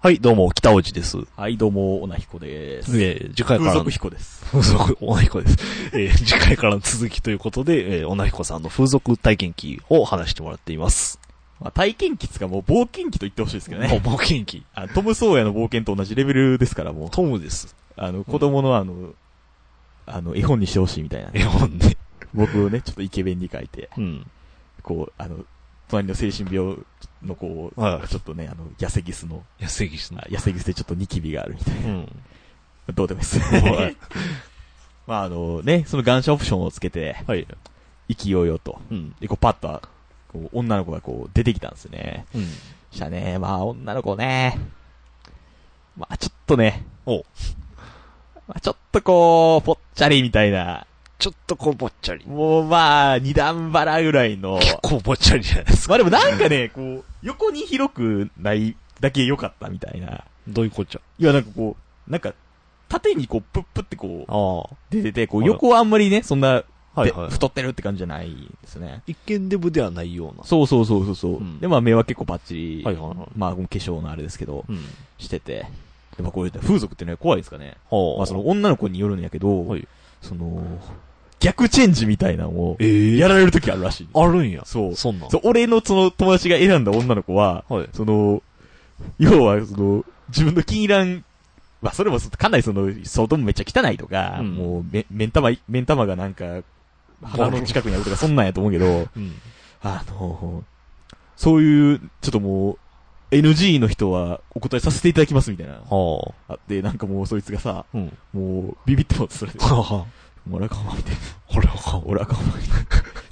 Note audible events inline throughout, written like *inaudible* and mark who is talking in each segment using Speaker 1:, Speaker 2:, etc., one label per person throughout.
Speaker 1: はい、どうも、北尾路です。
Speaker 2: はい、どうも、おなひこです。
Speaker 1: えー、次回か
Speaker 2: 風
Speaker 1: らの
Speaker 2: 俗、彦です。
Speaker 1: 風俗、おなひこです。 *laughs* えー、次回からの続きということで、えー、おなひこさんの風俗体験記を話してもらっています。
Speaker 2: まあ、体験記っつうかもう冒険記と言ってほしいですけどね。
Speaker 1: お冒険記。
Speaker 2: あトム・ソーヤの冒険と同じレベルですから、もう。
Speaker 1: トムです。
Speaker 2: あの、子供のあの、あの、絵本にしてほしいみたいなね。
Speaker 1: 絵本ね。
Speaker 2: 僕をね、ちょっとイケメンに書いて、
Speaker 1: うん。
Speaker 2: こう、あの、隣の精神病の子を、
Speaker 1: はい
Speaker 2: ちょっとね、あの、痩せギスの、
Speaker 1: 安い岸の
Speaker 2: あ。痩せギスでちょっとニキビがあるみたいな。
Speaker 1: うん。
Speaker 2: どうでもいいです
Speaker 1: はい。
Speaker 2: *laughs* まあ、あのね、その願書オプションをつけて、
Speaker 1: はい。
Speaker 2: 意気揚々と。
Speaker 1: うん。
Speaker 2: で、こう、パッと、こう、女の子がこう、出てきたんですよね。
Speaker 1: うん。
Speaker 2: したね、まあ女の子ね。まあちょっとね。
Speaker 1: お
Speaker 2: *laughs* まあちょっとこう、ぽっちゃりみたいな。
Speaker 1: ちょっとこう、ぼっちゃり。
Speaker 2: もうまあ二段腹ぐらいの。
Speaker 1: 結構ぼっちゃりじゃないですか。
Speaker 2: まあでもなんかね、こう、横に広くないだけ良かったみたいな。
Speaker 1: どういうこっちゃ。
Speaker 2: いやなんかこう、なんか、縦にこう、プップってこう、
Speaker 1: あ
Speaker 2: 出てて、こう、
Speaker 1: はい
Speaker 2: 横はあんまりね、そんな、
Speaker 1: あ。はい
Speaker 2: で
Speaker 1: はい。
Speaker 2: 太ってるって感じじゃないですね。
Speaker 1: 一見デブではないような。
Speaker 2: そうそうそうそうそう。
Speaker 1: うん
Speaker 2: で、まあ目は結構バッチリ。
Speaker 1: はいはいはい
Speaker 2: まあ、化粧のあれですけど、
Speaker 1: うん。
Speaker 2: してて。でもこういう風俗ってね、怖いですかね。
Speaker 1: は
Speaker 2: まあ、その、女の子によるんやけど、
Speaker 1: はい
Speaker 2: その、逆チェンジみたいなのを、
Speaker 1: ええ
Speaker 2: やられるときあるらしい。
Speaker 1: あるんや。
Speaker 2: そう
Speaker 1: そんなん。
Speaker 2: そう、俺のその友達が選んだ女の子は、
Speaker 1: はい。
Speaker 2: その、要はその、自分の気に入らん、まあ、それもそかなりその、外もめっちゃ汚いとか、
Speaker 1: うん
Speaker 2: もうめ、目ん玉、目ん玉がなんか、鼻
Speaker 1: ボ
Speaker 2: の
Speaker 1: ロ
Speaker 2: 近くにあるとか、そんなんやと思うけど、
Speaker 1: うん。
Speaker 2: あの、そういう、ちょっともう、NG の人はお答えさせていただきますみたいな。
Speaker 1: は
Speaker 2: あって、なんかもうそいつがさ、
Speaker 1: あ。うん。
Speaker 2: もう、ビビってもそれで。
Speaker 1: は
Speaker 2: もう俺は顔見て。
Speaker 1: あ。これはかん
Speaker 2: 俺は顔見て。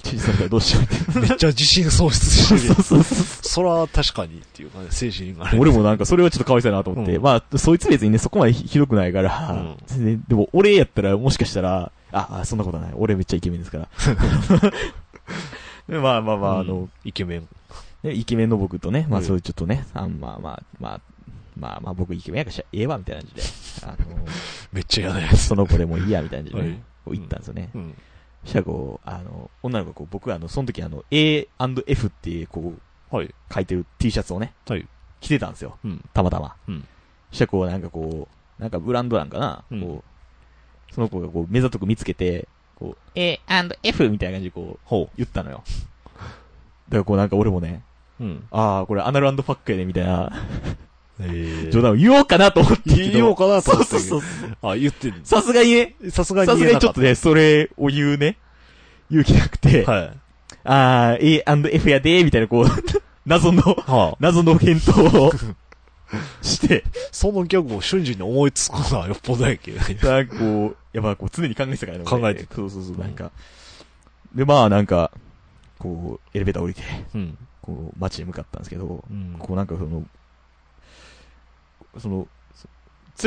Speaker 2: 小さいからどうしよう
Speaker 1: *laughs*
Speaker 2: みたいな。
Speaker 1: めっちゃ自信喪失してる。
Speaker 2: そう
Speaker 1: *laughs*
Speaker 2: そ
Speaker 1: そら確かにっていうかね、精神がね。
Speaker 2: 俺もなんかそれはちょっと可愛さいなと思って。
Speaker 1: うん
Speaker 2: まあ、そいつ別にね、そこまでひどくないから、
Speaker 1: うん
Speaker 2: 全然、でも俺やったらもしかしたら、あ、あそんなことはない。俺めっちゃイケメンで
Speaker 1: *laughs*
Speaker 2: すから。でまあまあまあ、あ
Speaker 1: う
Speaker 2: の、
Speaker 1: イケメン。
Speaker 2: ね、イケメンの僕とね、まあ
Speaker 1: うん
Speaker 2: そういうちょっとね、あんまあまあまあ、まあまあ僕イケメンやからしゃええわ、みたいな感じで。あ
Speaker 1: めっちゃ嫌なや
Speaker 2: の、
Speaker 1: つ。
Speaker 2: その子でもいいや、みたいな感
Speaker 1: *laughs*
Speaker 2: じで
Speaker 1: はい
Speaker 2: ね、こう行ったんですよね。
Speaker 1: うん。
Speaker 2: そしたらこう、あの、女の子がこう、僕はあの、その時あの、A&F っていう、こう、
Speaker 1: はい。
Speaker 2: 書いてる T シャツをね、
Speaker 1: はい。
Speaker 2: 着てたんですよ。
Speaker 1: うん。
Speaker 2: たまたま。
Speaker 1: うん
Speaker 2: そしたらこう、なんかこう、なんかブランドなんかな、
Speaker 1: うん
Speaker 2: こう、その子がこう、目ざとく見つけて、こう、A&F みたいな感じでこう、
Speaker 1: ほ
Speaker 2: 言ったのよ。だからこうなんか俺もね、
Speaker 1: う。うん。
Speaker 2: ああ、これアナルファックやね、みたいな、
Speaker 1: えー
Speaker 2: 冗談を言おうかなと思ってけど。
Speaker 1: 言おうかなと思ったけ
Speaker 2: そう
Speaker 1: ど
Speaker 2: そうそう。
Speaker 1: あ、言ってん
Speaker 2: さすがにね、
Speaker 1: の。さすが
Speaker 2: さ
Speaker 1: に
Speaker 2: す
Speaker 1: 言え
Speaker 2: が
Speaker 1: な
Speaker 2: にち
Speaker 1: か
Speaker 2: ょ
Speaker 1: っ
Speaker 2: っとね、それを言うね、勇気なくて、
Speaker 1: た。はい。
Speaker 2: あー、A&F やでー、みたいな、こう、 *laughs* 謎の、
Speaker 1: はあ。
Speaker 2: 謎の返答
Speaker 1: *laughs*
Speaker 2: をして、
Speaker 1: そのギャグを瞬時に思いつくのはよっぽどやけどね。
Speaker 2: なんかこう、やっぱこう常に考えてたからね。俺
Speaker 1: 考えて
Speaker 2: そうそうそう、なんか。で、まあなんか、こう、エレベーター降りて、
Speaker 1: うん。
Speaker 2: こう、街に向かったんですけど、
Speaker 1: うん。
Speaker 2: こうなんかその、その、そ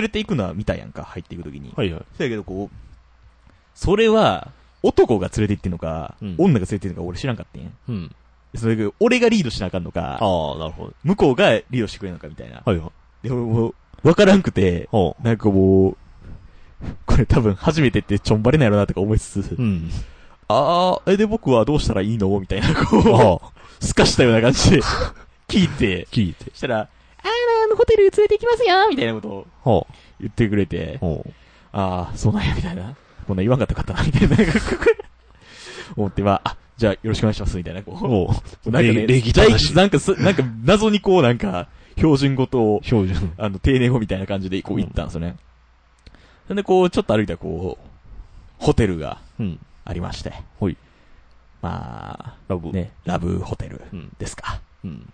Speaker 2: 連れて行くのは見たやんか、入っていくときに。
Speaker 1: はいはい。
Speaker 2: そやけどこう、それは、男が連れて行ってんのか、
Speaker 1: うん
Speaker 2: 女が連れて行ってんのか俺知らんかったんや。
Speaker 1: うん。
Speaker 2: それが俺がリードしなあかんの
Speaker 1: あ
Speaker 2: か、
Speaker 1: あ、なるほど。
Speaker 2: 向こうがリードしてくれるのかみたいな。
Speaker 1: はいはい。
Speaker 2: でももう、わからんくて、
Speaker 1: ほ
Speaker 2: なんかもう、これ多分初めてってちょんばれないやろなとか思いつつ、
Speaker 1: う。うん。
Speaker 2: あー、え、で僕はどうしたらいいのみたいな、こ
Speaker 1: ああ、
Speaker 2: う、すかしたような感じで、聞いて、
Speaker 1: 聞いて。
Speaker 2: したら、あー、あのホテル連れて行きますよみたいなことを
Speaker 1: ほう。
Speaker 2: 言ってくれて、
Speaker 1: ほう。
Speaker 2: あー、そうなんや、みたいな。こんなん言わんかったかったな、みたいな、なんか思って、まあ、あ、じゃあよろしくお願いします、みたいな、こう。
Speaker 1: ほう。
Speaker 2: なんかね、
Speaker 1: 礼儀正しい。
Speaker 2: なんかす、なんか、謎にこう、なんか、標準語と、
Speaker 1: 標準。
Speaker 2: あの、定年後みたいな感じで、こう、行ったんですよね。そんで、こう、ちょっと歩いたら、こう、ホテルが
Speaker 1: うん。
Speaker 2: ありまして。
Speaker 1: ほい。
Speaker 2: ま
Speaker 1: ラブ
Speaker 2: あ、。ね、ラブホテル
Speaker 1: うん。
Speaker 2: ですか。
Speaker 1: うん。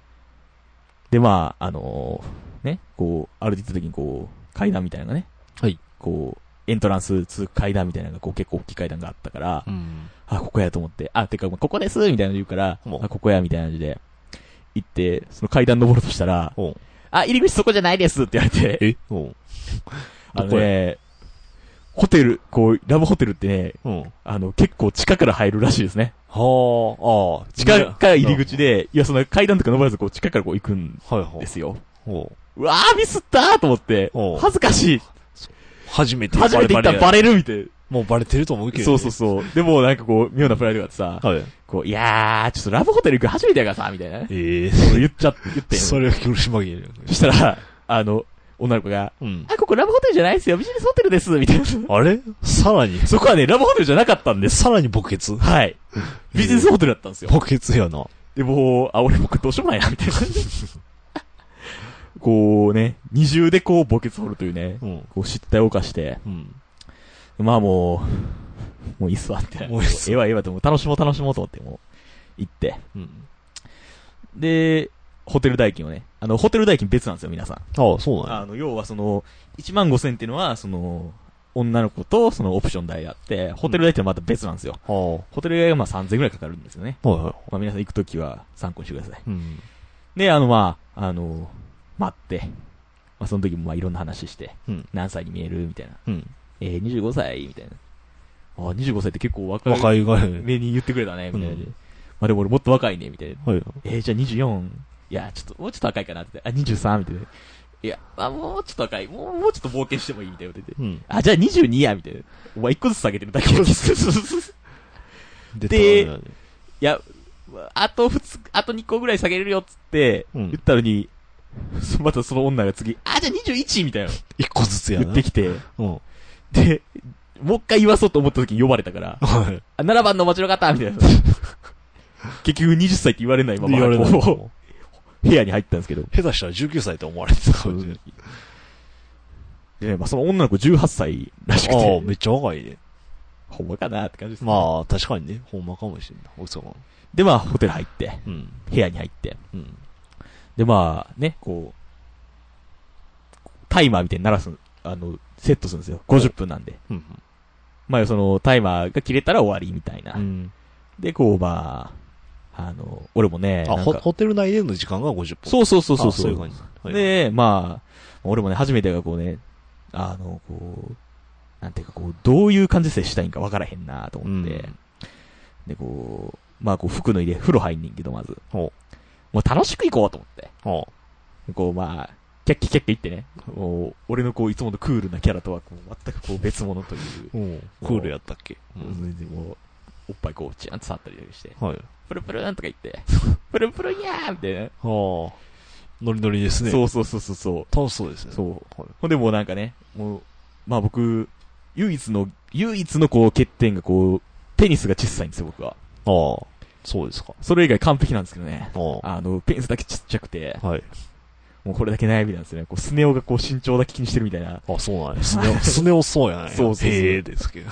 Speaker 2: で、まあ、あのーね、こう、歩いてた時に、こう、階段みたいなのがね。
Speaker 1: はい。
Speaker 2: こう、エントランス通階段みたいなのが、こう、結構大きい階段があったから、
Speaker 1: うん。
Speaker 2: あ、ここやと思って、あ、てか、まあここですみたいなの言うから、
Speaker 1: ほう
Speaker 2: あ、ここやみたいな感じで、行って、その階段登ろうとしたら、
Speaker 1: ほう。
Speaker 2: あ、入り口そこじゃないですって言われて、
Speaker 1: えほう。
Speaker 2: あの
Speaker 1: どこ
Speaker 2: ね、ホテル、こう、ラブホテルってね、
Speaker 1: うん。は
Speaker 2: あの、結構地下から入るらしいですね。
Speaker 1: あ、ああ。
Speaker 2: 地下から入り口で、いや、その階段とか登らず、こう、地下からこう行くん
Speaker 1: はいは
Speaker 2: で
Speaker 1: い。
Speaker 2: すよ。
Speaker 1: ほう。
Speaker 2: うわー、ミスったーと思って
Speaker 1: お、う
Speaker 2: 恥ずかしい。
Speaker 1: 初めて
Speaker 2: 初めて行ったらバレるみたい
Speaker 1: もうバレてると思うけ
Speaker 2: な。
Speaker 1: ど。
Speaker 2: そうそうそう。でも、なんかこう、妙なプライドがあってさ、
Speaker 1: はい。
Speaker 2: こう、いやー、ちょっとラブホテル行くの初めてやからさ、みたいなね。
Speaker 1: ええ
Speaker 2: そう言っちゃ、言ってんの
Speaker 1: それは苦し紛れる。
Speaker 2: そしたら、あの、女の子が、
Speaker 1: うん。
Speaker 2: あ、ここラブホテルじゃないですよ、ビジネスホテルです、みたいな。
Speaker 1: あれさらに、
Speaker 2: そこはね、ラブホテルじゃなかったんです。
Speaker 1: さらに墓穴
Speaker 2: *laughs* はい。ビジネスホテルだったんですよ。
Speaker 1: 墓穴やな。
Speaker 2: で、もう、あ、俺僕どうしようもないな、みたい
Speaker 1: *laughs*
Speaker 2: な。こうね、二重でこう、墓穴掘るというね、
Speaker 1: うん。
Speaker 2: こう、失態を犯して、
Speaker 1: うん。
Speaker 2: まあもう、もういいっすわ、って。
Speaker 1: もういいっす
Speaker 2: ええわ、ええわ、と思う楽しもう、楽しもうと思って、もう、行って。
Speaker 1: うん。
Speaker 2: で、ホテル代金をね、あの、ホテル代金別なんですよ、皆さん。
Speaker 1: ああ、そうなんや。
Speaker 2: あの、要はその、1万5千っていうのは、その、女の子とそのオプション代があって、ホテル代ってのはまた別なんですよ。
Speaker 1: ああ。は
Speaker 2: ホテル代がまあ3000ぐらいかかるんですよね。
Speaker 1: いは
Speaker 2: まあ皆さん行くときは参考にしてください。
Speaker 1: い。うん。
Speaker 2: で、あのまあ、あの、待って、まあその時もまあいろんな話して、
Speaker 1: うん
Speaker 2: 何歳に見えるみたいな。
Speaker 1: うん。
Speaker 2: えー、25歳みたいな。あ、25歳って結構若い。
Speaker 1: 若いがらい。
Speaker 2: 目に言ってくれたね、みたいな。
Speaker 1: うん
Speaker 2: まあでも俺もっと若いね、みたいな。
Speaker 1: はい。
Speaker 2: えー、じゃあ24、いや、ちょっと、もうちょっと赤いかなって言って、あ、23みたいな。いや、あ、もうちょっと赤い、もう、もうちょっと冒険してもいいみたいなこと言って。
Speaker 1: うん。
Speaker 2: あ、じゃあ22や、みたいな。お前一個ずつ下げてるだけやい
Speaker 1: で
Speaker 2: で
Speaker 1: たらね
Speaker 2: や、あと二つ、あと2個ぐらい下げれるよ、っつって、
Speaker 1: うん
Speaker 2: 言ったのに、 *laughs* そまたその女が次、あ、じゃあ21みたいなの
Speaker 1: 一個ずつや
Speaker 2: 言
Speaker 1: な。
Speaker 2: ってきて、
Speaker 1: うん。
Speaker 2: で、もう一回言わそうと思った時に呼ばれたから、
Speaker 1: はい。
Speaker 2: あ、7番の街の方
Speaker 1: *laughs*
Speaker 2: みたいな。結局20歳って言われないまま、
Speaker 1: 言われない
Speaker 2: こう部屋に入ったんですけど、
Speaker 1: 下手したら19歳って思われてたかもしれない。
Speaker 2: で、まあ、その女の子18歳らしく
Speaker 1: ああ、
Speaker 2: て、
Speaker 1: めっちゃ若いね。
Speaker 2: ほんまかなって感じです、
Speaker 1: まあ、確かにね、ほんまかもしれんない。嘘かも。
Speaker 2: で、まあ、ホテル入って、
Speaker 1: うん。
Speaker 2: 部屋に入って、
Speaker 1: うん。
Speaker 2: で、まあ、ね、こう、タイマーみたいに鳴らす、あの、セットするんですよ。50分なんで。
Speaker 1: うん。
Speaker 2: まあ、その、タイマーが切れたら終わりみたいな。
Speaker 1: うん。
Speaker 2: で、こう、まあ、あの、俺もね、
Speaker 1: あ、
Speaker 2: なん
Speaker 1: ホ
Speaker 2: か
Speaker 1: ホテル内での時間が50分。
Speaker 2: そうそうそうそう
Speaker 1: あそういう感じ。はい、
Speaker 2: で、まあ、俺もね、初めてがこうね、あの、こう、なんていうかこう、どういう感じで接したいんか分からへんなと
Speaker 1: う
Speaker 2: 思っ
Speaker 1: ん。
Speaker 2: て、で、こう、まあ、こう、服脱いで風呂入んねんけど、まず。
Speaker 1: ほ
Speaker 2: もう楽しく行こうと思って。
Speaker 1: ああ
Speaker 2: こう、まあ、キャッキキャッキ言ってね。もう、俺のこう、いつものクールなキャラとは、こう、全くこう、別物という。
Speaker 1: うん。クールやったっけう
Speaker 2: もう。全然もう、おっぱいこう、チャンと触ったりして、
Speaker 1: はい。
Speaker 2: プルプルンとか言って、プルプルにゃーみたいな。
Speaker 1: ああ。ノリノリですね。
Speaker 2: そうそうそうそうそう。
Speaker 1: 楽しそうですね。。
Speaker 2: そうう。ほんでもうなんかね、もう、まあ僕、唯一の、唯一のこう欠点がこう、ペニスが小さいんですよ、僕は。
Speaker 1: ああ。そうですか。
Speaker 2: それ以外完璧なんですけどね。
Speaker 1: あ
Speaker 2: あの、ペニスだけちっちゃくて、
Speaker 1: あ。はい。
Speaker 2: もうこれだけ悩みなんですよね。こう、スネ夫がこう身長だけ気にしてるみたいな。
Speaker 1: あ、そうなんや。スネ夫、スネ夫そうやね。 *laughs*
Speaker 2: そうそうそう
Speaker 1: へえですけど。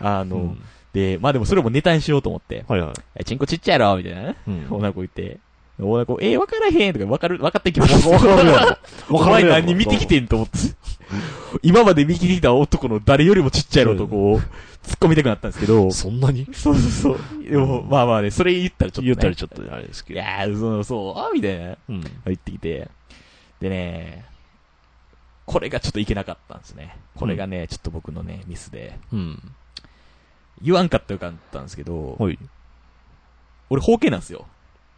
Speaker 2: あ
Speaker 1: う
Speaker 2: の、
Speaker 1: ん。
Speaker 2: で、まあでもそれもネタにしようと思って、
Speaker 1: はいはい。
Speaker 2: えチンコちっちゃいやろみたいなね。
Speaker 1: うん。
Speaker 2: 女の子言って、女の子、えー、わからへんとか、わかる、わかってき
Speaker 1: *laughs*
Speaker 2: ま
Speaker 1: わ
Speaker 2: す。
Speaker 1: かるやろ。
Speaker 2: お
Speaker 1: わか
Speaker 2: 前
Speaker 1: るやろ。
Speaker 2: 何見てきてんと思って。今まで見てきた男の誰よりもちっちゃいやろとこう、突っ込みたくなったんですけど、
Speaker 1: そんなに
Speaker 2: そうそうそう。でも、
Speaker 1: うん
Speaker 2: まあまあね、それ言ったらちょっと、ね。
Speaker 1: 言ったらちょっとあれですけ
Speaker 2: い
Speaker 1: ど。
Speaker 2: やー、そうそう、あみたいな。
Speaker 1: うん。
Speaker 2: 言ってきて。でね、これがちょっといけなかったんですね。これがね、ちょっと僕のね、ミスで。
Speaker 1: うん。
Speaker 2: 言わんかったらよかったんですけど、
Speaker 1: はい。
Speaker 2: 俺、方形なんですよ。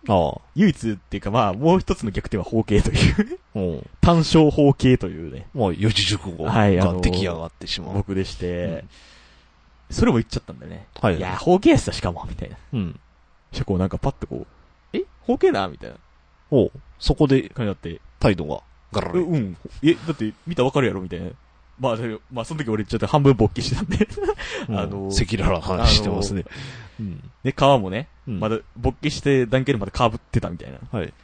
Speaker 1: ああ。
Speaker 2: 唯一っていうかまあ、もう一つの逆転は方形という。
Speaker 1: うん。
Speaker 2: 単勝方形というね、
Speaker 1: もう四字熟語
Speaker 2: はいあ
Speaker 1: が
Speaker 2: の
Speaker 1: 出来上がってしまう。
Speaker 2: 僕でして、
Speaker 1: うん
Speaker 2: それも言っちゃったんだよね。
Speaker 1: はい
Speaker 2: いやー、方形やしたしかも、みたいな。
Speaker 1: うん。
Speaker 2: そしたらこうなんかパッとこう、え方形だみたいな
Speaker 1: おうそこで
Speaker 2: 感じになって、
Speaker 1: 態度がガラ
Speaker 2: え
Speaker 1: リ。
Speaker 2: うん。え、だって見たらわかるやろみたいな。まあ、それまあ、その時俺ちょっと半分勃起してたんで。 *laughs*
Speaker 1: うん
Speaker 2: あの
Speaker 1: 赤裸々な話してますね。うん。
Speaker 2: で、皮もね、
Speaker 1: うん
Speaker 2: まだ勃起して段階でまだ被ってたみたいな。
Speaker 1: はい。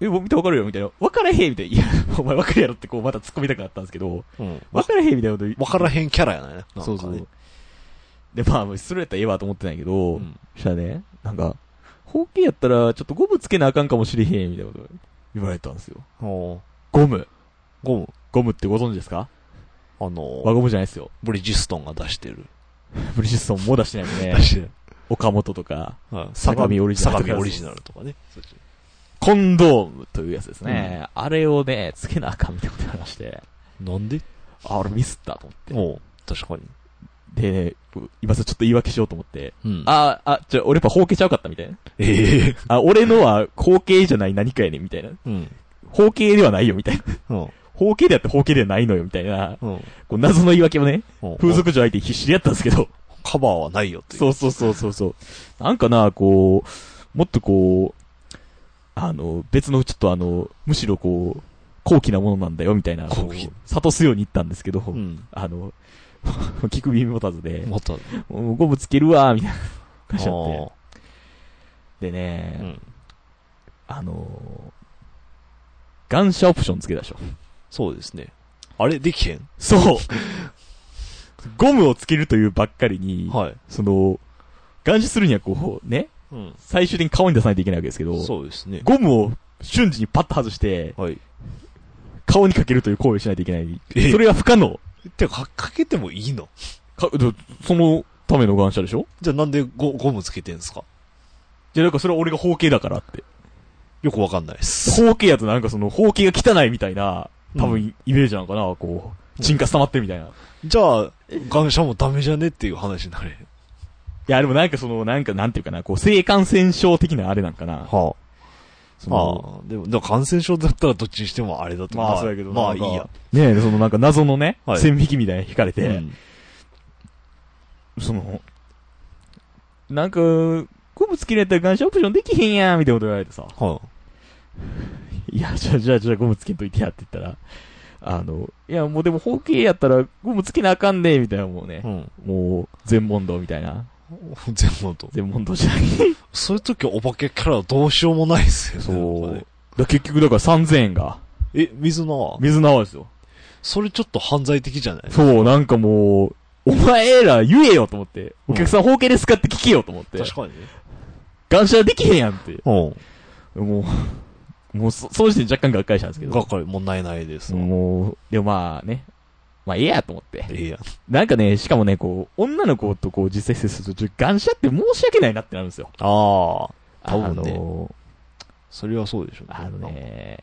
Speaker 2: え、もう見たらわかるよみたいな。わからへんみたいな。いや、 *laughs* お前わかるやろってこうまた突っ込みたくなったんですけど、
Speaker 1: うん。
Speaker 2: わからへんみたいなこと言
Speaker 1: わからへんキャラやないなんかね。
Speaker 2: そうそう。で、まあ、それやったらええわと思ってないけど、
Speaker 1: うん
Speaker 2: そしたらね、なんか、包茎やったらちょっとゴムつけなあかんかもしれへんみたいなこと言われたんですよ。
Speaker 1: おう
Speaker 2: ゴム。
Speaker 1: ゴム。
Speaker 2: ゴムってご存知ですか
Speaker 1: あの
Speaker 2: 輪ゴムじゃないですよ。
Speaker 1: ブリヂストンが出してる。
Speaker 2: ブリヂストンも出してないんでね
Speaker 1: 出。してる。
Speaker 2: 岡本とか、
Speaker 1: はい
Speaker 2: 相模オリジナル
Speaker 1: 相模オリジナルとかね。そっち
Speaker 2: コンドームというやつですね。あれをね、つけなあかんみたいなことになりまして。
Speaker 1: なんで
Speaker 2: あ、俺ミスったと思って。
Speaker 1: おう確かに。
Speaker 2: でね、今さちょっと言い訳しようと思って。
Speaker 1: うんあ、
Speaker 2: あ、あ、ちょ、俺やっぱ包茎ちゃうかったみたいな。
Speaker 1: ええ。
Speaker 2: あ、俺のは包茎じゃない何かやねんみたいな。
Speaker 1: うん。
Speaker 2: 包茎ではないよみたいな。
Speaker 1: うん。
Speaker 2: 包茎であって包茎ではないのよみたいな。
Speaker 1: うん。
Speaker 2: こう謎の言い訳をね、風
Speaker 1: 風俗
Speaker 2: 俗嬢相手に必死でやったんですけど。
Speaker 1: カバーはないよっていう。
Speaker 2: そうそうそうそうそう。なんかな、こう、もっとこう、あの、別のちょっとあの、むしろこう、高貴なものなんだよ、みたいな、
Speaker 1: 高
Speaker 2: こ
Speaker 1: 貴
Speaker 2: う、諭すように言ったんですけど、
Speaker 1: うん。
Speaker 2: あの、 *laughs* 聞く耳持たずで、
Speaker 1: また、
Speaker 2: もうゴムつけるわ、みたいな感じになっ
Speaker 1: あ
Speaker 2: て。でね
Speaker 1: ー、うん。
Speaker 2: あのー、ガンシャオプションつけたでしょ。
Speaker 1: そうですね。あれ、できへん
Speaker 2: そう。ゴムをつけるというばっかりに、
Speaker 1: はい。
Speaker 2: その、ガンシャするにはこう、ね、
Speaker 1: うん。
Speaker 2: 最終的に顔に出さないといけないわけですけど、
Speaker 1: そうですね。
Speaker 2: ゴムを瞬時にパッと外して、
Speaker 1: はい。
Speaker 2: 顔にかけるという行為をしないといけない
Speaker 1: え。
Speaker 2: それは不可能。
Speaker 1: てか、かけてもいいの
Speaker 2: かでそのためのガンシャでしょ
Speaker 1: じゃあなんでゴゴムつけてんすか
Speaker 2: じゃあなんかそれは俺が包茎だからって。
Speaker 1: よくわかんないです。
Speaker 2: 包茎やとなんかその包茎が汚いみたいな、多
Speaker 1: う
Speaker 2: 分イメージなのかな、こう、沈下溜まってるみたいな。い
Speaker 1: じゃあ、ガンシャもダメじゃねっていう話になれへん。
Speaker 2: や、でもなんかその、なんかなんていうかな、こう、性感染症的なあれなんかな。
Speaker 1: は
Speaker 2: その
Speaker 1: ああ、でも、でも感染症だったらどっちにしてもあれだと
Speaker 2: まあ
Speaker 1: まあ、
Speaker 2: そうやけど
Speaker 1: まあ
Speaker 2: ないん
Speaker 1: い
Speaker 2: か
Speaker 1: や。
Speaker 2: ねえ、そのなんか謎のね、
Speaker 1: はい
Speaker 2: 線引きみたいに引かれて、
Speaker 1: うん
Speaker 2: その、なんか、ゴムつけられたらガンシャオプションできへんやん、みたいなこと言われてさ。
Speaker 1: はい
Speaker 2: や、じゃあ、じゃあ、じゃあ、ゴムつけんといてやって言ったら、あの、いや、もうでも、包茎やったら、ゴムつけなあかんねみたいな、もうね
Speaker 1: い。う、ん。
Speaker 2: もう、全問答みたいな。
Speaker 1: 全部と。
Speaker 2: 全問答じゃない。
Speaker 1: そういう時はお化けキャラどうしようもないですよね。
Speaker 2: そう。
Speaker 1: なん
Speaker 2: だ
Speaker 1: かね
Speaker 2: から結局、だから3000円が、
Speaker 1: え、水野
Speaker 2: 水縄ですよ。
Speaker 1: それちょっと犯罪的じゃない
Speaker 2: そう、なんかもう、お前ら言えよと思って、お客さん包茎ですかって聞けよと思って、
Speaker 1: 確かにね。
Speaker 2: ガンシャできへんやんって。
Speaker 1: う
Speaker 2: もう、もうそ、その時点で若干がっかりしたんですけ
Speaker 1: ん。
Speaker 2: ど
Speaker 1: が。っかり、もうないないです。
Speaker 2: もう、でもまあね、まあ、ええやと思って。
Speaker 1: ええやん。
Speaker 2: なんかね、しかもね、こう、女の子とこう、実際接すると、ガンシャって申し訳ないなってなるんですよ。
Speaker 1: ああ。
Speaker 2: あ
Speaker 1: 多分ね
Speaker 2: の
Speaker 1: それはそうでしょう
Speaker 2: ー、あの。ね、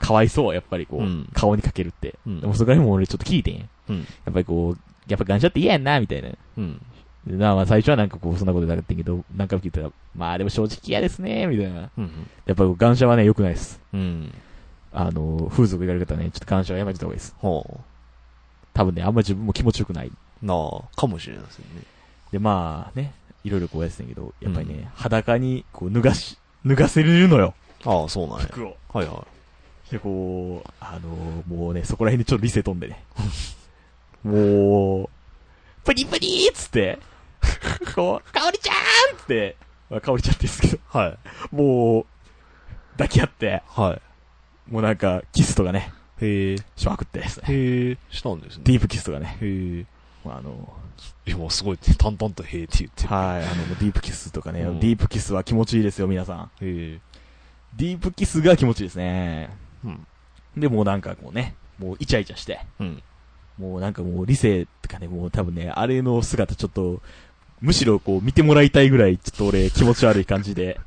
Speaker 2: かわいそう、やっぱりこう、
Speaker 1: うん
Speaker 2: 顔にかけるって。
Speaker 1: うん
Speaker 2: でもそこら辺も俺ちょっと聞いてんや。
Speaker 1: うん
Speaker 2: やっぱりこう、やっぱガンシャって嫌やんな、みたいな。
Speaker 1: うん。
Speaker 2: でなあまあ最初はなんかこう、そんなことなかったけど、なんか聞いたら、まあでも正直嫌ですね、みたいな。
Speaker 1: うん。
Speaker 2: やっぱこうガンシャはね、良くないです。
Speaker 1: うん。
Speaker 2: あのー、風俗やり方はね、ちょっとガンシャはやめてた方がいいです。
Speaker 1: は
Speaker 2: 多分ね、あんま自分も気持ちよくない。
Speaker 1: あ。なあ、かもしれないですよね。
Speaker 2: で、まあね、いろいろこうやってたんやけど、やっぱりね、裸にこう脱がし、脱がせれるのよ、
Speaker 1: ああ、そうなんや。
Speaker 2: 服を。
Speaker 1: はいは
Speaker 2: で、こう、あのーもうね、そこら辺でちょっと理性飛ん
Speaker 1: *laughs*
Speaker 2: でね。もう、プリプリーっつって、こう、かおりちゃーんっつって、まあ、かおりちゃんって言うんですけ
Speaker 1: い。はい。
Speaker 2: ど、もう、抱き合って、
Speaker 1: は
Speaker 2: もうなんか、キスとかね、
Speaker 1: い。へえ。
Speaker 2: しまくってですね、
Speaker 1: へえ。したんですね。
Speaker 2: ディープキスとかね、
Speaker 1: へえ。
Speaker 2: まあ、あの
Speaker 1: 今すごい淡々とへえって言って
Speaker 2: ー、はい、あの、もうディープキスとかね、
Speaker 1: うん
Speaker 2: ディープキスは気持ちいいですよ、皆さん。
Speaker 1: い。へえ。
Speaker 2: ディープキスが気持ちいいですね。
Speaker 1: うん。
Speaker 2: で、もうなんかこうね、もうイチャイチャして、
Speaker 1: うん。
Speaker 2: もうなんかもう理性とかね、もう多分ね、あれの姿ちょっと、むしろこう見てもらいたいぐらい、ちょっと俺気持ち悪い感じで、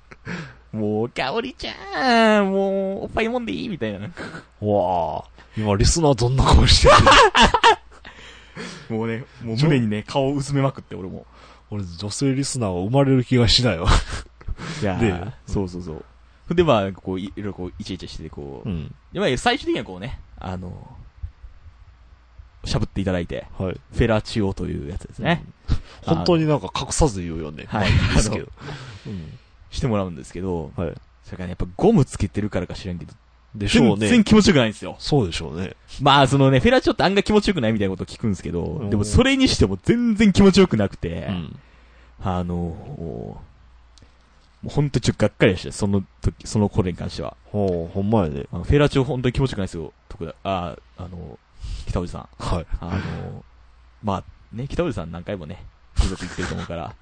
Speaker 2: もう、かおりちゃん、もう、おっぱいもんでいいみたいな。
Speaker 1: うわあ。今、リスナーどんな顔してる
Speaker 2: もうね、もう胸にね、顔をうずめまくって、俺も。
Speaker 1: 俺、女性リスナーは生まれる気がしないわ。
Speaker 2: いや
Speaker 1: で
Speaker 2: ーそうそうそう。で、まあ、こう、いいろいろこう、イチャイチャしてて、こう、
Speaker 1: ん。
Speaker 2: でまあ、最終的にはこうね、あの、しゃぶっていただいて、
Speaker 1: はい。
Speaker 2: フェラチオというやつですね。
Speaker 1: うん。本当になんか隠さず言うよね。
Speaker 2: はい
Speaker 1: まあですけど。
Speaker 2: してもらうんですけど、
Speaker 1: はい。
Speaker 2: それからね、やっぱゴムつけてるからか知らんけど、
Speaker 1: でしょ
Speaker 2: 全
Speaker 1: う
Speaker 2: 然
Speaker 1: ね。
Speaker 2: 気持ちよくないんですよ。
Speaker 1: そうでしょうね。
Speaker 2: まあ、そのね、フェラチオって案外気持ちよくないみたいなことを聞くんですけ
Speaker 1: う
Speaker 2: ど
Speaker 1: ん、
Speaker 2: でもそれにしても全然気持ちよくなくて
Speaker 1: う、ん。
Speaker 2: あの、もうほんとちょっとがっかりでした、その時、その頃に関しては。
Speaker 1: ほう、ほんまやね。
Speaker 2: あのフェラチオ本当に気持ちよくないですよ、特だ、あ、あの、北おじさん。
Speaker 1: はい。
Speaker 2: あの、まあ、ね、北おじさん何回もね、風俗行ってると思うから、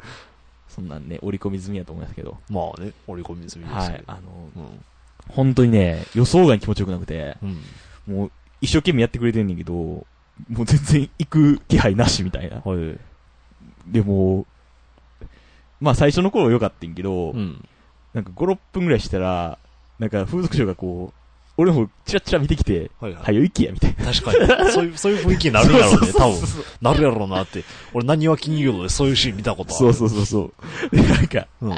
Speaker 2: そんなんね、折り込み済みやと思いますけど、
Speaker 1: まあね、折り込み済みで
Speaker 2: は
Speaker 1: すけ
Speaker 2: い
Speaker 1: ど。、
Speaker 2: あの、
Speaker 1: うん。
Speaker 2: 本当にね、予想外に気持ちよくなくて、
Speaker 1: うん。
Speaker 2: もう一生懸命やってくれてんねんけど、もう全然行く気配なしみたいな。
Speaker 1: はい。
Speaker 2: でも、まあ最初の頃良かったんけど、
Speaker 1: うん。
Speaker 2: なんか5、6分ぐらいしたら、なんか風俗嬢がこう、俺の方チラチラ見てきて、
Speaker 1: はいは。
Speaker 2: はいよ行けや、みたいな。
Speaker 1: 確 *laughs* かに。そういう、そういう雰囲気になるやろうね、
Speaker 2: そう
Speaker 1: 多
Speaker 2: そう
Speaker 1: 分。
Speaker 2: そう
Speaker 1: なるやろうなって。俺、何は金曜でそういうシーン見たことある。
Speaker 2: そうそうそうそう。で、なんか、
Speaker 1: うん。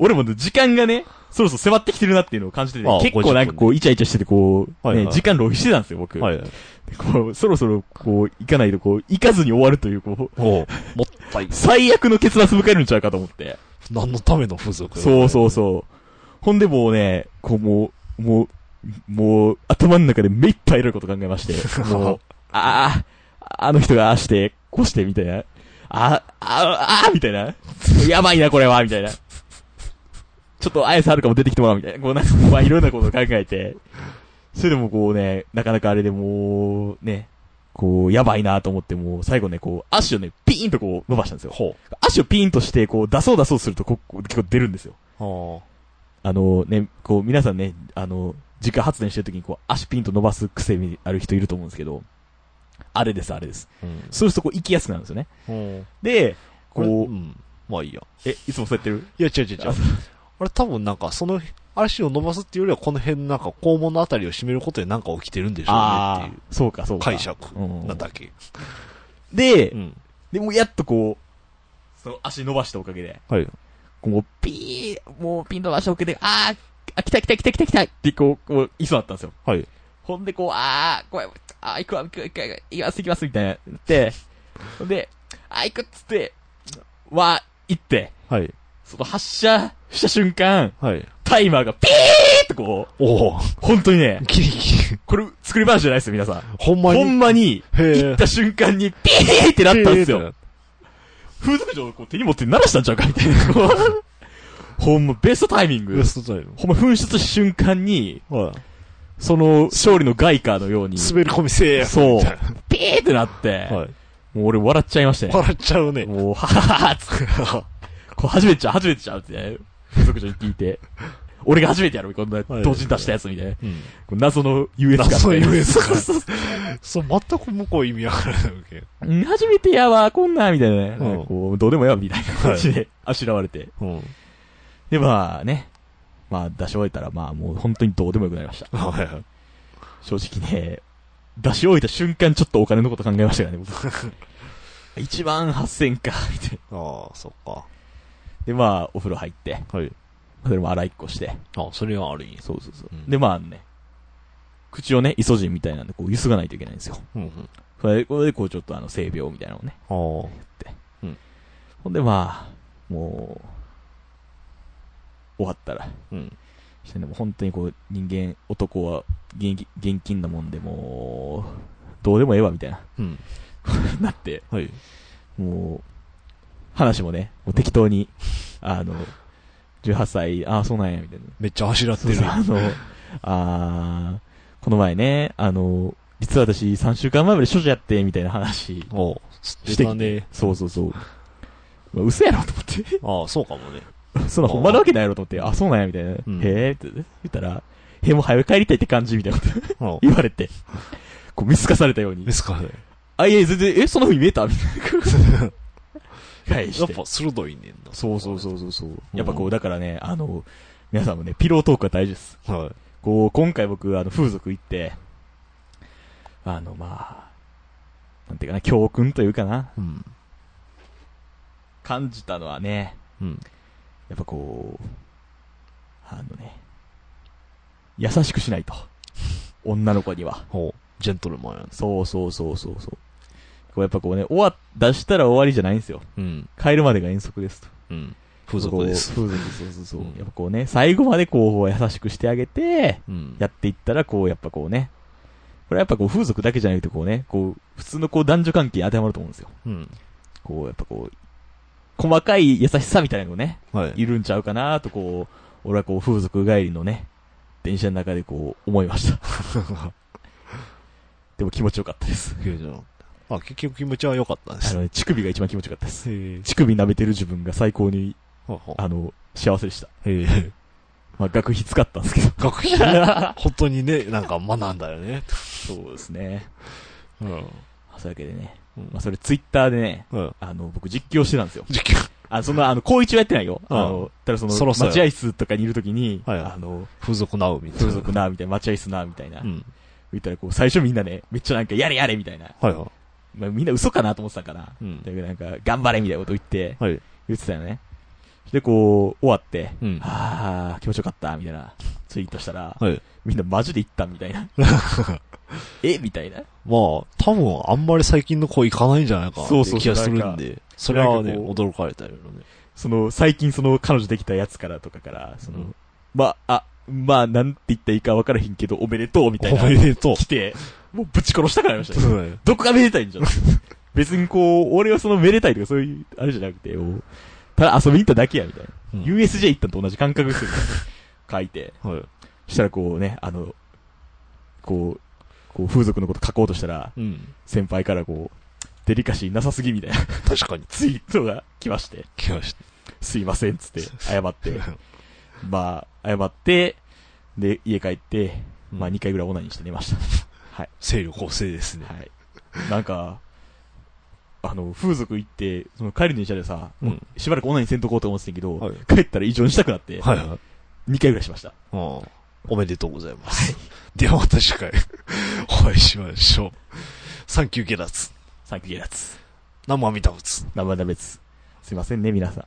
Speaker 2: 俺もね時間がね、そろそろ迫ってきてるなっていうのを感じてて
Speaker 1: ああ、
Speaker 2: 結構なんかこう、イチャイチャしてて、こう、
Speaker 1: はいはい
Speaker 2: ね、時間浪費してたんですよ、僕。
Speaker 1: はいはい。
Speaker 2: でこう、そろそろ、こう、行かないと、こう、行かずに終わるという、こう、
Speaker 1: おうもったい。
Speaker 2: 最悪の結末迎えるんちゃうかと思って。
Speaker 1: 何のための風俗
Speaker 2: そうそうそう。ほんでもうね、こうもう、もう、もう、頭の中で目いっぱいいろいろこと考えまして、もう、ああ、あの人がああして、こうして、みたいな。あ、あ、ああ、みたいな。やばいな、これは、みたいな。ちょっと、あやさはるかも出てきてもらう、みたいな。こう、なんか、まあ、いろんなことを考えて。それでもこうね、なかなかあれでもう、ね、こう、やばいなと思って、もう、最後ね、こう、足をね、ピーンとこう、伸ばしたんですよ。
Speaker 1: ほ
Speaker 2: 足をピーンとして、こう、出そう出そうすると、こう、結構出るんですよ。
Speaker 1: う。は
Speaker 2: あのね、こう皆さんね、あの、自家発電してる時にこう足ピンと伸ばす癖にある人いると思うんですけど、あれです、あれです。
Speaker 1: あ。
Speaker 2: そうするとこう行きやすくなるんですよね。
Speaker 1: うん。
Speaker 2: で、
Speaker 1: これ、
Speaker 2: こ
Speaker 1: う。
Speaker 2: うん
Speaker 1: まあいいや。、
Speaker 2: え、いつもそうやってる
Speaker 1: いや、違う違う違う
Speaker 2: あ。
Speaker 1: あれ多分なんか、その、足を伸ばすっていうよりは、この辺なんか、肛門のあたりを締めることでなんか起きてるんでしょうね
Speaker 2: あ
Speaker 1: ってい
Speaker 2: あ、そうか、そう
Speaker 1: う
Speaker 2: か。
Speaker 1: 解釈
Speaker 2: うん
Speaker 1: なだけ。
Speaker 2: で、
Speaker 1: ん。
Speaker 2: でもやっとこう、その足伸ばしたおかげで、
Speaker 1: はい。
Speaker 2: こうピー、もうピンと伸ばしたおかげで、あー、あ、来た来た来た来た来たってこう、こう、いそうだったんですよ。
Speaker 1: はい。
Speaker 2: ほんで、こう、あー、これ、あー、行くわ、行くわ、行くわ、行きます、行きます、みたいな、って、ほんで、あー、行くっつって、わー、行って、
Speaker 1: はい。
Speaker 2: その発射した瞬間、
Speaker 1: はい。
Speaker 2: タイマーがピーッとこう、
Speaker 1: おお
Speaker 2: 本当にね、
Speaker 1: *laughs* ギリギリ。
Speaker 2: これ作り話じゃないですよ、皆さん。
Speaker 1: ほんまに。
Speaker 2: ほんまに、
Speaker 1: へー
Speaker 2: 行った瞬間にピーってなったんです
Speaker 1: えー
Speaker 2: よ
Speaker 1: っ。
Speaker 2: 風俗嬢をこう手に持って鳴らしたんちゃうかみ
Speaker 1: *laughs*
Speaker 2: たいな。こうほんま、ベストタイミン
Speaker 1: て。ウエ
Speaker 2: グ。
Speaker 1: ストタイム。
Speaker 2: ほんま、噴出した瞬間に、
Speaker 1: はい。
Speaker 2: その、勝利のガイカーのように、
Speaker 1: 滑り込みせえや。
Speaker 2: そう
Speaker 1: みたい
Speaker 2: ピーってなって
Speaker 1: な、はい。
Speaker 2: もう俺笑っちゃいましたね。
Speaker 1: 笑っちゃうね。
Speaker 2: もう、ははははつって、こう初めてちゃう、初めてちゃうってね、風俗嬢に聞いて、俺が初めてやろ、こんな、
Speaker 1: はい
Speaker 2: 同時に出したやつみたいな。
Speaker 1: うん。
Speaker 2: こう謎の US 感。
Speaker 1: 謎の US
Speaker 2: そう
Speaker 1: 感
Speaker 2: そうそう
Speaker 1: そう、全く向こう意味わからないわけ。
Speaker 2: うん初めてやわ、こんなん、みたいなね。
Speaker 1: うん
Speaker 2: こう、どうでもやわ、みたいな感じで、あしらわれて。
Speaker 1: うん。
Speaker 2: で、まあね。まあ、出し終えたら、まあ、もう本当にどうでもよくなりました。
Speaker 1: はいはい。
Speaker 2: 正直ね、出し終えた瞬間、ちょっとお金のこと考えましたからね、
Speaker 1: *laughs*
Speaker 2: 僕。1万8000か、みたいな。
Speaker 1: ああ、そっか。
Speaker 2: で、まあ、お風呂入って、
Speaker 1: はい。
Speaker 2: それも洗いっこして。
Speaker 1: あそれはあるんや。
Speaker 2: そうそうそう。
Speaker 1: うん
Speaker 2: で、まあね、口をね、イソジンみたいなんで、こう、ゆすがないといけないんですよ。
Speaker 1: うんうん。
Speaker 2: それこれで、こう、ちょっとあの、性病みたいなのをね。
Speaker 1: ああ。
Speaker 2: ほんで、まあ、もう、終わったら、
Speaker 1: うん。
Speaker 2: してねもう本当にこう、人間、男は現金、現金なもんで、もう、どうでもええわ、みたいな、 *laughs*
Speaker 1: うん。
Speaker 2: なって、
Speaker 1: はい。
Speaker 2: もう、話もね、もう適当に、あの、18歳、ああ、そうなんや、みたいな。
Speaker 1: めっちゃ走らって
Speaker 2: そう
Speaker 1: る
Speaker 2: そう
Speaker 1: や
Speaker 2: あ
Speaker 1: ん。
Speaker 2: の、あーこの前ね、あの、実は私3週間前まで処女やって、みたいな話、
Speaker 1: おう。
Speaker 2: し
Speaker 1: してて
Speaker 2: き
Speaker 1: き
Speaker 2: て
Speaker 1: て。。
Speaker 2: そうそうそう。まあ、嘘やろと思って。 *laughs*
Speaker 1: ああ、そうかもね。
Speaker 2: そんなほんまなわけないやろと思って、あ、そうなんや、みたいな。
Speaker 1: ん
Speaker 2: へえって言ったら、へえ、もう早く帰りたいって感じ、みたいなこと
Speaker 1: うん。
Speaker 2: 言われて、こう見透かされたように
Speaker 1: で。すかね。
Speaker 2: あ、いえ、全然、え、そんな風に見えたみたいな。 *laughs* 返
Speaker 1: や
Speaker 2: し。
Speaker 1: ってぱ鋭いねんな。
Speaker 2: そうそうそうそうそう。やっぱこ
Speaker 1: う
Speaker 2: う、だからね、あの、皆さんもね、ピロートークは大事です。
Speaker 1: う。はい。
Speaker 2: こう、今回僕、あの、風俗行って、あの、まあ、なんていうかな、教訓というかな、
Speaker 1: うん。
Speaker 2: 感じたのはね、
Speaker 1: うん。
Speaker 2: やっぱこう、あのね、優しくしないと。女の子には。
Speaker 1: ほう。ジェントルマンやん。
Speaker 2: そうそうそうそうそう。こうやっぱこうね、終わ、出したら終わりじゃないんですよ。
Speaker 1: うん。
Speaker 2: 帰るまでが遠足ですと。
Speaker 1: うん。風俗です。
Speaker 2: こう。風俗、そうそうそう。
Speaker 1: うん
Speaker 2: やっぱこうね、最後までこう、優しくしてあげて、
Speaker 1: うん。
Speaker 2: やっていったらこう、やっぱこうね、これはやっぱこう、風俗だけじゃなくてこうね、こう、普通のこう、男女関係に当てはまると思うんですよ。
Speaker 1: うん。
Speaker 2: こう、やっぱこう、細かい優しさみたいなのをね、
Speaker 1: はい。
Speaker 2: いるんちゃうかなとこう、俺はこう風俗帰りのね、電車の中でこう思いま *laughs* した。でも気持ちよかったです。
Speaker 1: いいじゃん。あ、結局気持ちは良かったんで
Speaker 2: あ
Speaker 1: す。
Speaker 2: のね、乳首が一番気持ちよかったです。
Speaker 1: へえ。
Speaker 2: 乳首舐めてる自分が最高に、
Speaker 1: ほうほ
Speaker 2: あの、幸せでした。
Speaker 1: うへえ。
Speaker 2: まあ、学費使ったんですけど。
Speaker 1: 学費 *laughs*
Speaker 2: *laughs*
Speaker 1: 本当にね、なんか学んだよね。
Speaker 2: そうですね。
Speaker 1: うん。
Speaker 2: そういうわけでね。
Speaker 1: うん
Speaker 2: まあ、それツイッターでね、
Speaker 1: うん。
Speaker 2: あの、僕実況してたんですよ。
Speaker 1: 実況。
Speaker 2: あ、その、あの、高一はやってないよ。あ
Speaker 1: うん
Speaker 2: の、ただその、
Speaker 1: そろそろ
Speaker 2: 待合室とかにいるときに、
Speaker 1: はい
Speaker 2: あの、
Speaker 1: 風俗なうみたいな。
Speaker 2: 風俗な、みたいな、待合室な、みたいな。
Speaker 1: うん。
Speaker 2: 言ったらこう、最初みんなね、めっちゃなんか、やれやれみたいな。
Speaker 1: はいは
Speaker 2: まあ、みんな嘘かなと思ってたんかな。
Speaker 1: い。うん
Speaker 2: だ。けどなんか、頑張れみたいなこと言って、
Speaker 1: はい。
Speaker 2: 言ってたよね。で、こう、終わって、
Speaker 1: うん
Speaker 2: はあ、気持ちよかった、みたいな、ツイートしたら、
Speaker 1: はい。
Speaker 2: みんなマジで行った、みた
Speaker 1: *laughs*
Speaker 2: いな。えみたいな。
Speaker 1: まあ、多分あんまり最近の子行かないんじゃないかなって
Speaker 2: そうそうそう
Speaker 1: 気がする
Speaker 2: なん
Speaker 1: ん
Speaker 2: か
Speaker 1: で、それはね、
Speaker 2: なんかこう
Speaker 1: 驚かれたよね。
Speaker 2: その、最近その、彼女できたやつからとかから、その、
Speaker 1: うん
Speaker 2: まあ、あ、まあ、なんて言ったらいいか分からへんけど、おめでとうみたいな。
Speaker 1: おめでとう
Speaker 2: 来て、もうぶち殺したくなりましたね。
Speaker 1: うん
Speaker 2: どこがめでたい
Speaker 1: *laughs*
Speaker 2: んじゃん。別にこう、俺はそのめでたいとかそういう、あれじゃなくて、もうただ遊びに行っただけや、みたいな。
Speaker 1: うん
Speaker 2: USJ 行ったのと同じ感覚ですよ、ね。書いて。
Speaker 1: はい。
Speaker 2: そしたらこうね、あの、こう、こう風俗のこと書こうとしたら、
Speaker 1: うん。
Speaker 2: 先輩からこう、デリカシーなさすぎみたいな *laughs*
Speaker 1: 確かに。
Speaker 2: ツイートが来まして、
Speaker 1: 来まし
Speaker 2: すいませんっつって、謝って
Speaker 1: た。。 *laughs*
Speaker 2: まあ、謝って、で、家帰って、まあ
Speaker 1: うん
Speaker 2: 2回ぐらいオナニーして寝ました。
Speaker 1: 勢力構成ですね。
Speaker 2: はい。なんか、あの、風俗行って、その帰りの車でさ、
Speaker 1: うん。
Speaker 2: しばらくオナニーせんとこうと思ってたけど、
Speaker 1: はい
Speaker 2: 帰ったら異常にしたくなって、
Speaker 1: はいはい。
Speaker 2: 2回ぐらいしました。
Speaker 1: うん。おめでとうございます。ではまた次回、お会いしましょう。サンキューゲラッツ。
Speaker 2: サンキューゲラッツ。
Speaker 1: 生阿弥陀仏。
Speaker 2: 生田別。すいませんね、皆さん。